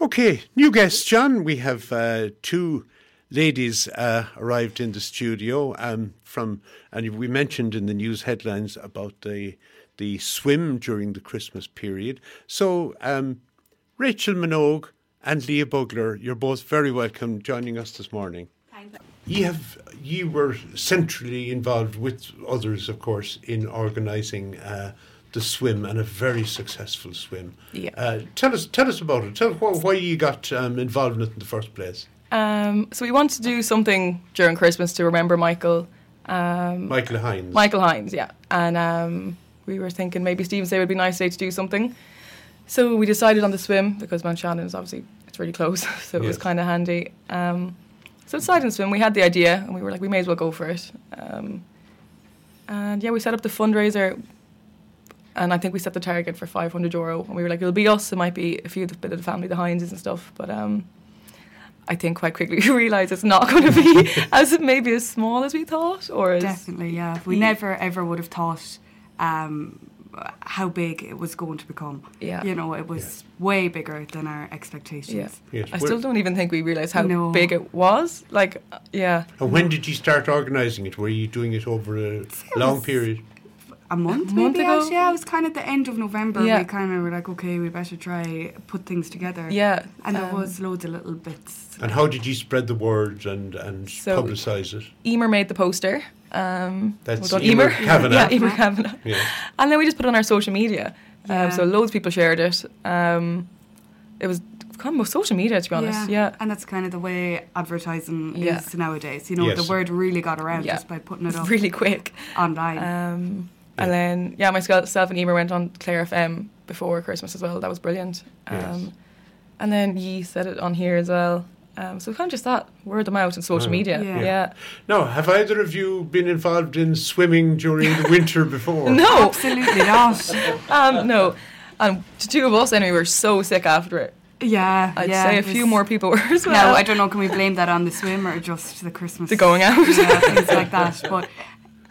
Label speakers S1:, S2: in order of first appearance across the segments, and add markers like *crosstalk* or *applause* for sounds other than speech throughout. S1: Okay, new guests, John. We have uh, two ladies uh, arrived in the studio um, from, and we mentioned in the news headlines about the the swim during the Christmas period. So, um, Rachel Minogue and Leah Bugler, you're both very welcome joining us this morning. You have you were centrally involved with others, of course, in organising uh, the swim and a very successful swim.
S2: Yeah.
S1: Uh, tell us tell us about it. Tell us wh- why you got um, involved in it in the first place.
S2: Um, so we wanted to do something during Christmas to remember Michael, Um,
S1: Michael Hines.
S2: Michael Hines, yeah. And um, we were thinking maybe Stephen's Day would be a nice day to do something. So we decided on the swim because Mount Shannon is obviously it's really close, *laughs* so it was
S1: Yes.
S2: kind of handy. Um, so decided on swim. We had the idea, and we were like, we may as well go for it. Um, and yeah, we set up the fundraiser, and I think we set the target for 500 euro. And we were like, it'll be us. It might be a few of the, bit of the family, the Hineses and stuff, but. Um, I think quite quickly *laughs* we realised it's not going to be as maybe as small as we thought, or as
S3: Definitely, yeah. We never ever would have thought um, how big it was going to become.
S2: Yeah.
S3: You know, it was way bigger than our expectations.
S2: Yeah.
S1: Yes,
S2: I
S1: we're-
S2: still don't even think we realised how
S3: No.
S2: big it was. Like, uh, yeah.
S1: And when did you start organising it? Were you doing it over a long period?
S3: A month,
S2: month
S3: maybe
S2: ago?
S3: out, yeah. It was kind of the end of November.
S2: Yeah.
S3: We kind of were like, okay, we better try put things together.
S2: Yeah.
S3: And
S2: um,
S3: there was loads of little bits.
S1: And how did you spread the word and, and
S2: So-
S1: publicise it?
S2: Emer made the poster. Um,
S1: That's
S2: well done,
S1: Emer Kavanagh.
S2: yeah, Emer Kavanagh.
S1: Yeah.
S2: And then we just put it on our social media.
S3: Yeah.
S2: Um, so loads of people shared it. Um, it was kind of social media, to be honest. Yeah.
S3: And that's kind of the way advertising
S2: Yeah.
S3: is nowadays. You know,
S1: Yes.
S3: the word really got around
S2: Yeah.
S3: just by putting
S2: *laughs*
S3: it up
S2: Really quick.
S3: online.
S2: Um,
S1: Yeah.
S2: And then, yeah, myself and Emer went on Claire FM before Christmas as well. That was brilliant. Um,
S1: Yes.
S2: And then Yee said it on here as well. Um, so kind of just that word of mouth and social
S1: Yeah.
S2: media.
S3: Yeah.
S2: yeah.
S1: Now, have either of you been involved in swimming during the winter before?
S2: *laughs* No,
S3: Absolutely not.
S2: *laughs* um, no. And the two of us anyway were so sick after it.
S3: Yeah.
S2: I'd
S3: yeah,
S2: say a
S3: it
S2: few
S3: was-
S2: more people were as well.
S3: No, I don't know. Can we blame that on the swim or just the Christmas?
S2: The going out.
S3: yeah, things like that. But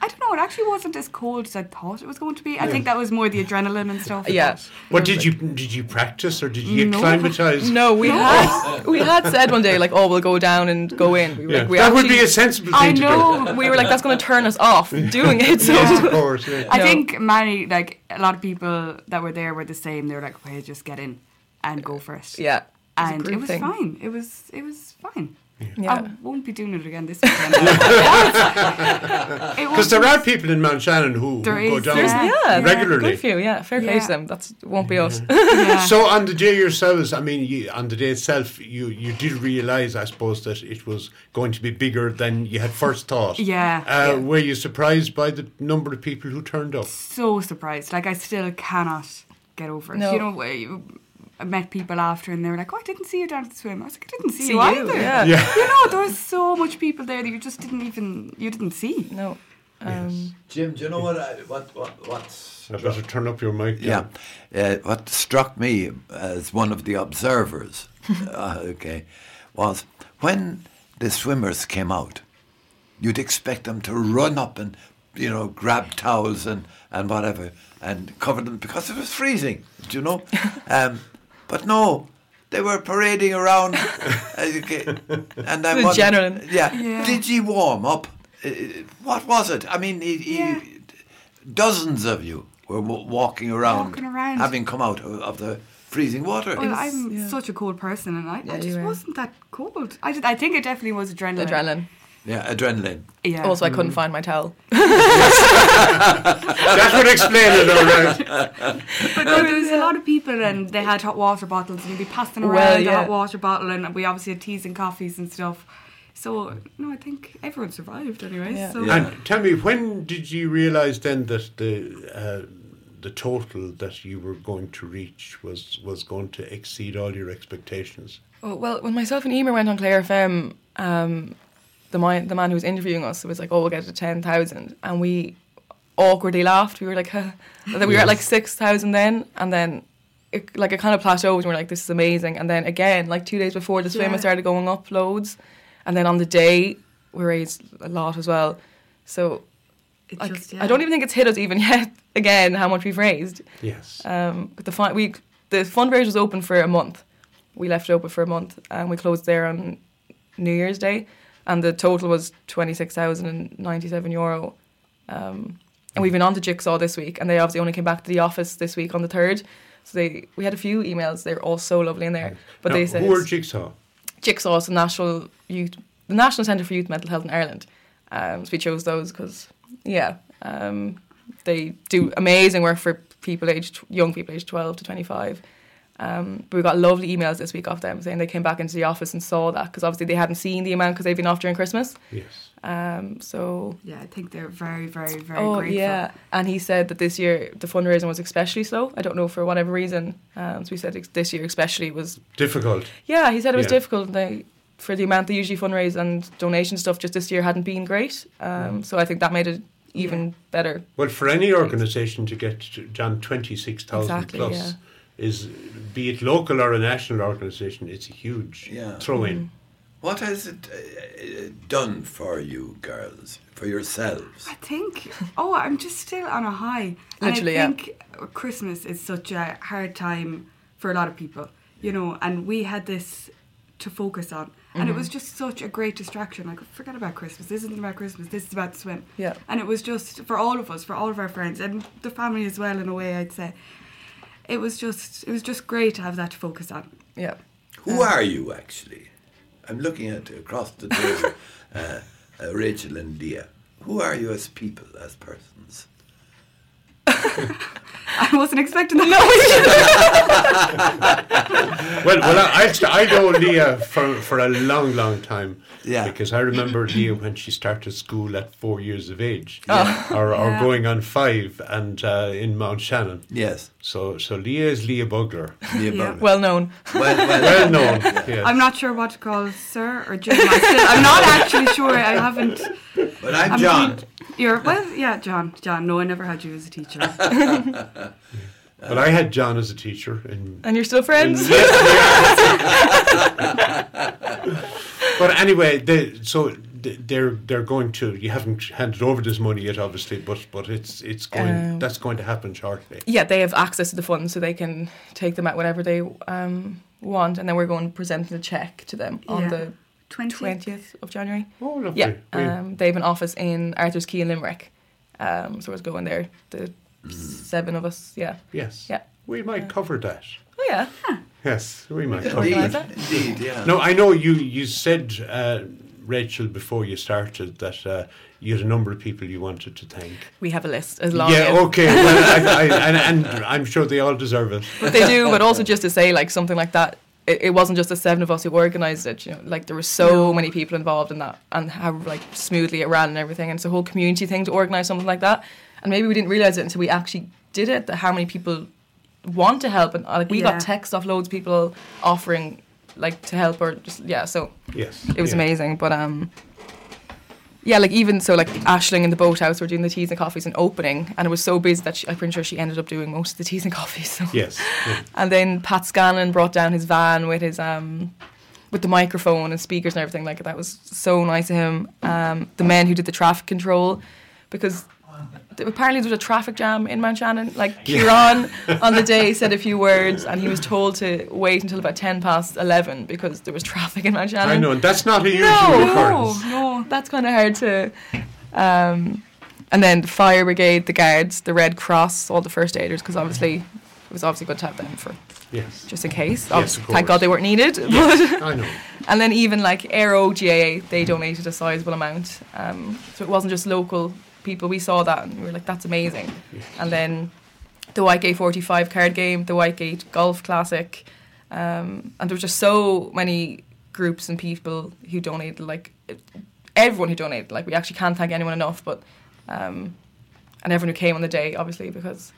S3: I don't know. It actually wasn't as cold as I thought it was going to be. I think that was more the adrenaline and stuff.
S2: *laughs* Yeah.
S1: What did you did you practice or did you
S3: No.
S1: acclimatise?
S2: No, we had we had said one day like, oh, we'll go down and go in. We were,
S1: Yeah.
S2: like, we
S1: that would
S2: actually-
S1: be a sensible thing
S3: I
S1: to
S3: know.
S2: we were like, that's going to turn us off doing it. So
S1: do. Yes, of course. yeah. *laughs*
S3: I
S2: No.
S3: think many, like a lot of people that were there, were the same. They were like, "Okay, just get in and go for it."
S2: *laughs* yeah, a
S3: and it
S2: group
S3: was
S2: thing.
S3: fine. Oh, It was it was fine.
S2: Yeah.
S3: I won't be doing it again this
S2: *laughs*
S3: weekend. It
S1: Because there are people in Mount Shannon who, who
S3: There
S1: go
S3: is,
S1: down
S3: there's-
S2: yeah,
S1: regularly.
S2: Good for you. Yeah, fair play
S3: Yeah.
S2: to them. That's won't be us. *laughs*
S3: yeah.
S1: So on the day yourselves, I mean, you, on the day itself, you, you did realise, I suppose, that it was going to be bigger than you had first thought.
S3: Yeah.
S1: Uh, Were you surprised by the number of people who turned up?
S3: so surprised. Like I still cannot get over it.
S2: No.
S3: You know, I- I met people after and they were like, "Oh, I didn't see you down at the swim." I was like, "I didn't see, you either."
S2: Yeah.
S3: You know, there was so much people there that you just didn't even you didn't see.
S2: No. Um,
S4: Jim, do you know what I, what what what?
S1: I better turn up your mic.
S4: yeah,
S1: John.
S4: uh, what struck me as one of the observers, uh, okay, was when the swimmers came out, you'd expect them to run up and you know grab towels and and whatever and cover them because it was freezing, do you know? um, but no. They were parading around, uh, okay, and I
S2: The
S4: wondered-
S2: adrenaline.
S4: Yeah.
S3: Yeah.
S4: Did he warm up? Uh, What was it? I mean, he, he,
S3: Yeah.
S4: dozens of you were wa- walking around,
S3: Walking around.
S4: having come out of, of the freezing water.
S3: Well,
S2: was-
S3: I'm
S2: yeah.
S3: such a cold person, and I, I
S2: you
S3: just
S2: were.
S3: wasn't that cold. I, did, I think it definitely was adrenaline.
S2: adrenaline.
S4: yeah, adrenaline.
S3: Yeah.
S2: Also, I couldn't
S1: Mm.
S2: find my towel.
S1: That would explain it, all right.
S3: but there, there was a lot of people, and they had hot water bottles, and you'd be passing around
S2: Well,
S3: the
S2: yeah.
S3: hot water bottle, and we obviously had teas and coffees and stuff. So no, I think everyone survived anyway.
S2: Yeah.
S3: So
S4: Yeah.
S1: And tell me, when did you realise then that the uh, the total that you were going to reach was was going to exceed all your expectations?
S2: Oh, well, when myself and Emer went on Claire FM, um, the man, the man who was interviewing us was like, "Oh, we'll get it to ten thousand. and we awkwardly laughed. We were like, *laughs* huh. and then we were at like six thousand then, and then it, like it kind of plateaued, and we are like, "This is amazing." And then again, like two days before the swim,
S3: Yeah.
S2: it started going up loads, and then on the day we raised a lot as well. So
S3: it
S2: like,
S3: just, yeah.
S2: I don't even think it's hit us even *laughs* yet again how much we've raised.
S1: Yes.
S2: Um, but the fund we the fundraiser was open for a month, we left it open for a month and we closed there on New Year's Day, and the total was twenty six thousand and ninety seven euro. Um, and we've been on to Jigsaw this week, and they obviously only came back to the office this week on the third. So they we had a few emails. They're all so lovely in there, but
S1: Now,
S2: they said
S1: who are
S2: it's-
S1: Jigsaw?
S2: Jigsaw is the national youth, the national centre for youth mental health in Ireland. Um, so we chose those because yeah, um, they do amazing work for people aged young people aged twelve to twenty five. Um, but we got lovely emails this week off them saying they came back into the office and saw that because obviously they hadn't seen the amount because they've been off during Christmas.
S1: Yes.
S2: Um, so oh,
S3: Yeah, I think they're very, very, very grateful.
S2: yeah, and he said that this year the fundraising was especially slow. I don't know for whatever reason. Um, so we said ex- this year especially was
S1: Difficult.
S2: yeah, he said it was
S1: Yeah.
S2: difficult they, for the amount they usually fundraise and donation stuff. Just this year hadn't been great, um, so I think that made it even better.
S1: Well, for any organisation to get to- down 26,000
S2: Exactly,
S1: plus is, be it local or a national organisation, it's a huge
S4: Yeah.
S1: throw in.
S4: What has it uh, uh, done for you girls, for yourselves?
S3: I think. Oh, I'm just still on a high.
S2: Literally, yeah.
S3: and I think Christmas is such a hard time for a lot of people, you know. And we had this to focus on, and
S2: Mm-hmm.
S3: it was just such a great distraction. Like, forget about Christmas. This isn't about Christmas. This is about swim.
S2: Yeah.
S3: And it was just for all of us, for all of our friends, and the family as well. In a way, I'd say, it was just it was just great to have that to focus on. *laughs*
S2: Yeah,
S4: Who are you actually? I'm looking at across the table, *laughs* uh, uh, Rachel and Leah. Who are you as people, as persons?
S3: I wasn't expecting that. *laughs* No,
S1: Well, well, I, I, st- I know Leah for, for a long, long time.
S4: Yeah.
S1: Because I remember Leah when she started school at four years of age, or, or
S3: Yeah.
S1: going on five, and uh, in Mount Shannon.
S4: *laughs* Yes,
S1: So, so Leah is Leah Bugler,
S3: Yeah.
S4: Leah Bogart.
S2: well known.
S4: well, well,
S1: well known. yes.
S3: I'm not sure what to call sir or Jim. I still, I'm not actually sure. I haven't.
S4: But I'm
S3: I'm
S4: John.
S3: You're well, yeah, John. John. No, I never had you as a teacher.
S1: But I had John as a teacher in
S2: And you're still friends.
S1: *laughs* But anyway, they, so th- they're they're going to. You haven't handed over this money yet, obviously, but but it's it's going.
S2: Um,
S1: that's going to happen shortly.
S2: yeah, they have access to the funds, so they can take them out whenever they um, want, and then we're going to present the check to them on
S3: Yeah.
S2: the
S3: Twenty.
S2: twentieth of January.
S1: Oh, lovely.
S2: Yeah,
S1: We-
S2: um, they have an office in Arthur's Key in Limerick, um, so we're going there. The seven of us. Yeah.
S1: yes.
S2: yeah.
S1: We might cover that.
S2: Oh yeah.
S1: Yes, we might cover
S4: Indeed,
S1: that.
S2: Organise it.
S4: indeed, yeah.
S1: No, I know you. You said. Uh, Rachel, before you started, that uh, you had a number of people you wanted to thank.
S2: We have a list as long
S1: yeah,
S2: as
S1: okay. Well, I, I, and, and I'm sure they all deserve it.
S2: but they do. But also just to say like something like that. It, it wasn't just the seven of us who organised it. You know, like there were so many people involved in that, and how like smoothly it ran and everything. And it's a whole community thing to organise something like that. And maybe we didn't realise it until we actually did it. That how many people want to help, and uh, like we
S3: Yeah.
S2: got texts off loads of people offering like to help or just yeah. So
S1: Yes.
S2: it was
S1: yeah.
S2: amazing. But um, yeah, like even so, like Ashling in the boathouse were doing the teas and coffees and opening, and it was so busy that she, I'm pretty sure she ended up doing most of the teas and coffees. So.
S1: Yes. yeah.
S2: And then Pat Scanlon brought down his van with his um, with the microphone and speakers and everything. Like that was so nice of him. Um, the men who did the traffic control, because. th- Apparently there was a traffic jam in Mount Shannon. Like Kieran on the day said a few words, and he was told to wait until about ten past eleven because there was traffic in Mount
S1: I
S2: Shannon.
S1: know, and that's not a usual
S2: No.
S1: occurrence.
S3: No, no.
S2: That's kind of hard to. Um, and then the fire brigade, the guards, the Red Cross, all the first aiders, because obviously it was obviously good to have them for
S1: Yes.
S2: just *laughs* in case.
S1: Yes, of
S2: thank
S1: course.
S2: God they weren't needed.
S1: I know.
S2: *laughs* and then even like Aero GAA, they donated a sizable amount. Um, so it wasn't just local people. We saw that and we were like, that's amazing. And then the Whitegate 45 card game, the Whitegate Golf Classic. Um, and there were just so many groups and people who donated, like it- everyone who donated. Like we actually can't thank anyone enough, but um, and everyone who came on the day, obviously, because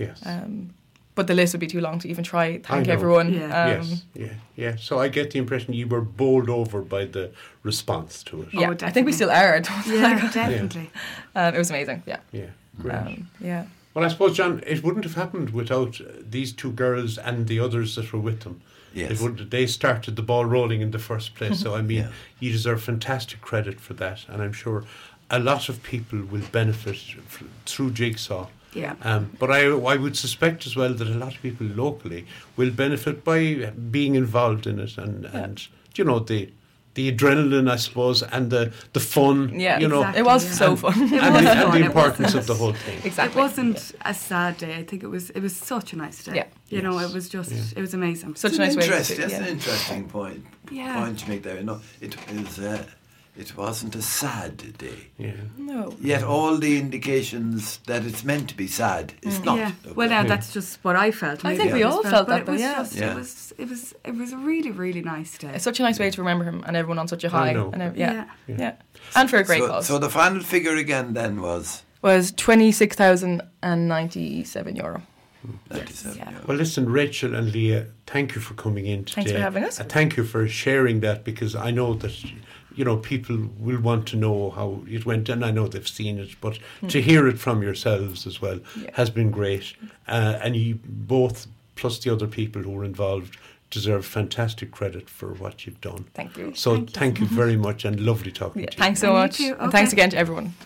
S1: Yes.
S2: um, but the list would be too long to even try thank
S1: know.
S2: everyone.
S3: Yeah.
S2: Um,
S1: yes, yeah, yeah. So I get the impression you were bowled over by the response to it.
S3: Oh,
S2: Yeah, I think we
S3: definitely.
S2: still are.
S3: Yeah, *laughs* definitely.
S2: *laughs* um, it was amazing. Yeah.
S1: Yeah, great.
S2: Um, yeah.
S1: well, I suppose, John, it wouldn't have happened without uh, these two girls and the others that were with them.
S4: Yes.
S1: It would, they started the ball rolling in the first place.
S4: *laughs*
S1: So, I mean,
S4: Yeah.
S1: you deserve fantastic credit for that. And I'm sure a lot of people will benefit f- through Jigsaw
S3: Yeah.
S1: Um, but I, I would suspect as well that a lot of people locally will benefit by being involved in it and, and you know, the the adrenaline, I suppose, and the, the fun,
S2: Yeah,
S1: you know,
S3: exactly. *laughs*
S2: it was
S3: yeah.
S2: so fun.
S1: and,
S3: It
S2: *laughs*
S3: was
S1: the,
S3: fun,
S1: and the
S3: it
S1: importance
S3: wasn't-
S1: of the whole
S3: *laughs*
S1: thing.
S2: exactly.
S3: It wasn't a sad day. I think it was. It was such a nice day.
S2: Yeah.
S3: You know,
S1: Yes.
S3: it was just.
S1: Yeah.
S3: It was amazing.
S2: Such
S4: It's
S2: a nice
S4: an
S2: way to do
S4: interest-
S2: it.
S4: That's an
S2: yeah.
S4: interesting point.
S3: Yeah.
S4: Point you make there. No, it is. Uh, it wasn't a sad day.
S1: Yeah.
S2: No.
S4: Yet all the indications that it's meant to be sad is
S2: Mm.
S4: not.
S3: Yeah.
S4: Okay.
S3: Well, now that's just what I felt.
S2: I
S3: Maybe
S2: think we
S3: others
S2: all felt
S3: but
S2: that
S3: It
S2: though,
S3: was
S2: yeah.
S3: just.
S4: Yeah.
S3: It was. It was. It was a really, really nice day.
S2: It's such a nice way to remember him and everyone on such a
S1: I
S2: high.
S1: know.
S2: And ev- yeah,
S3: Yeah.
S2: yeah. And for a great
S4: so,
S2: cause.
S4: so the final figure again then was
S2: was 26,097 euro.
S4: 97
S2: yeah.
S4: euro.
S1: Well, listen, Rachel and Leah, thank you for coming in today.
S2: Thanks for having us.
S1: And thank you for sharing that because I know that, you know, people will want to know how it went, and I know they've seen it, but to hear it from yourselves as well
S2: Hmm. Yeah.
S1: has been great. Uh, and you both, plus the other people who were involved, deserve fantastic credit for what you've done.
S2: Thank you.
S1: So
S3: Thank
S1: thank
S3: you.
S1: you, very much and lovely talking
S2: Yeah,
S1: to you.
S2: thanks so
S3: And you
S2: much.
S3: too,
S2: And thanks
S3: okay.
S2: again to everyone.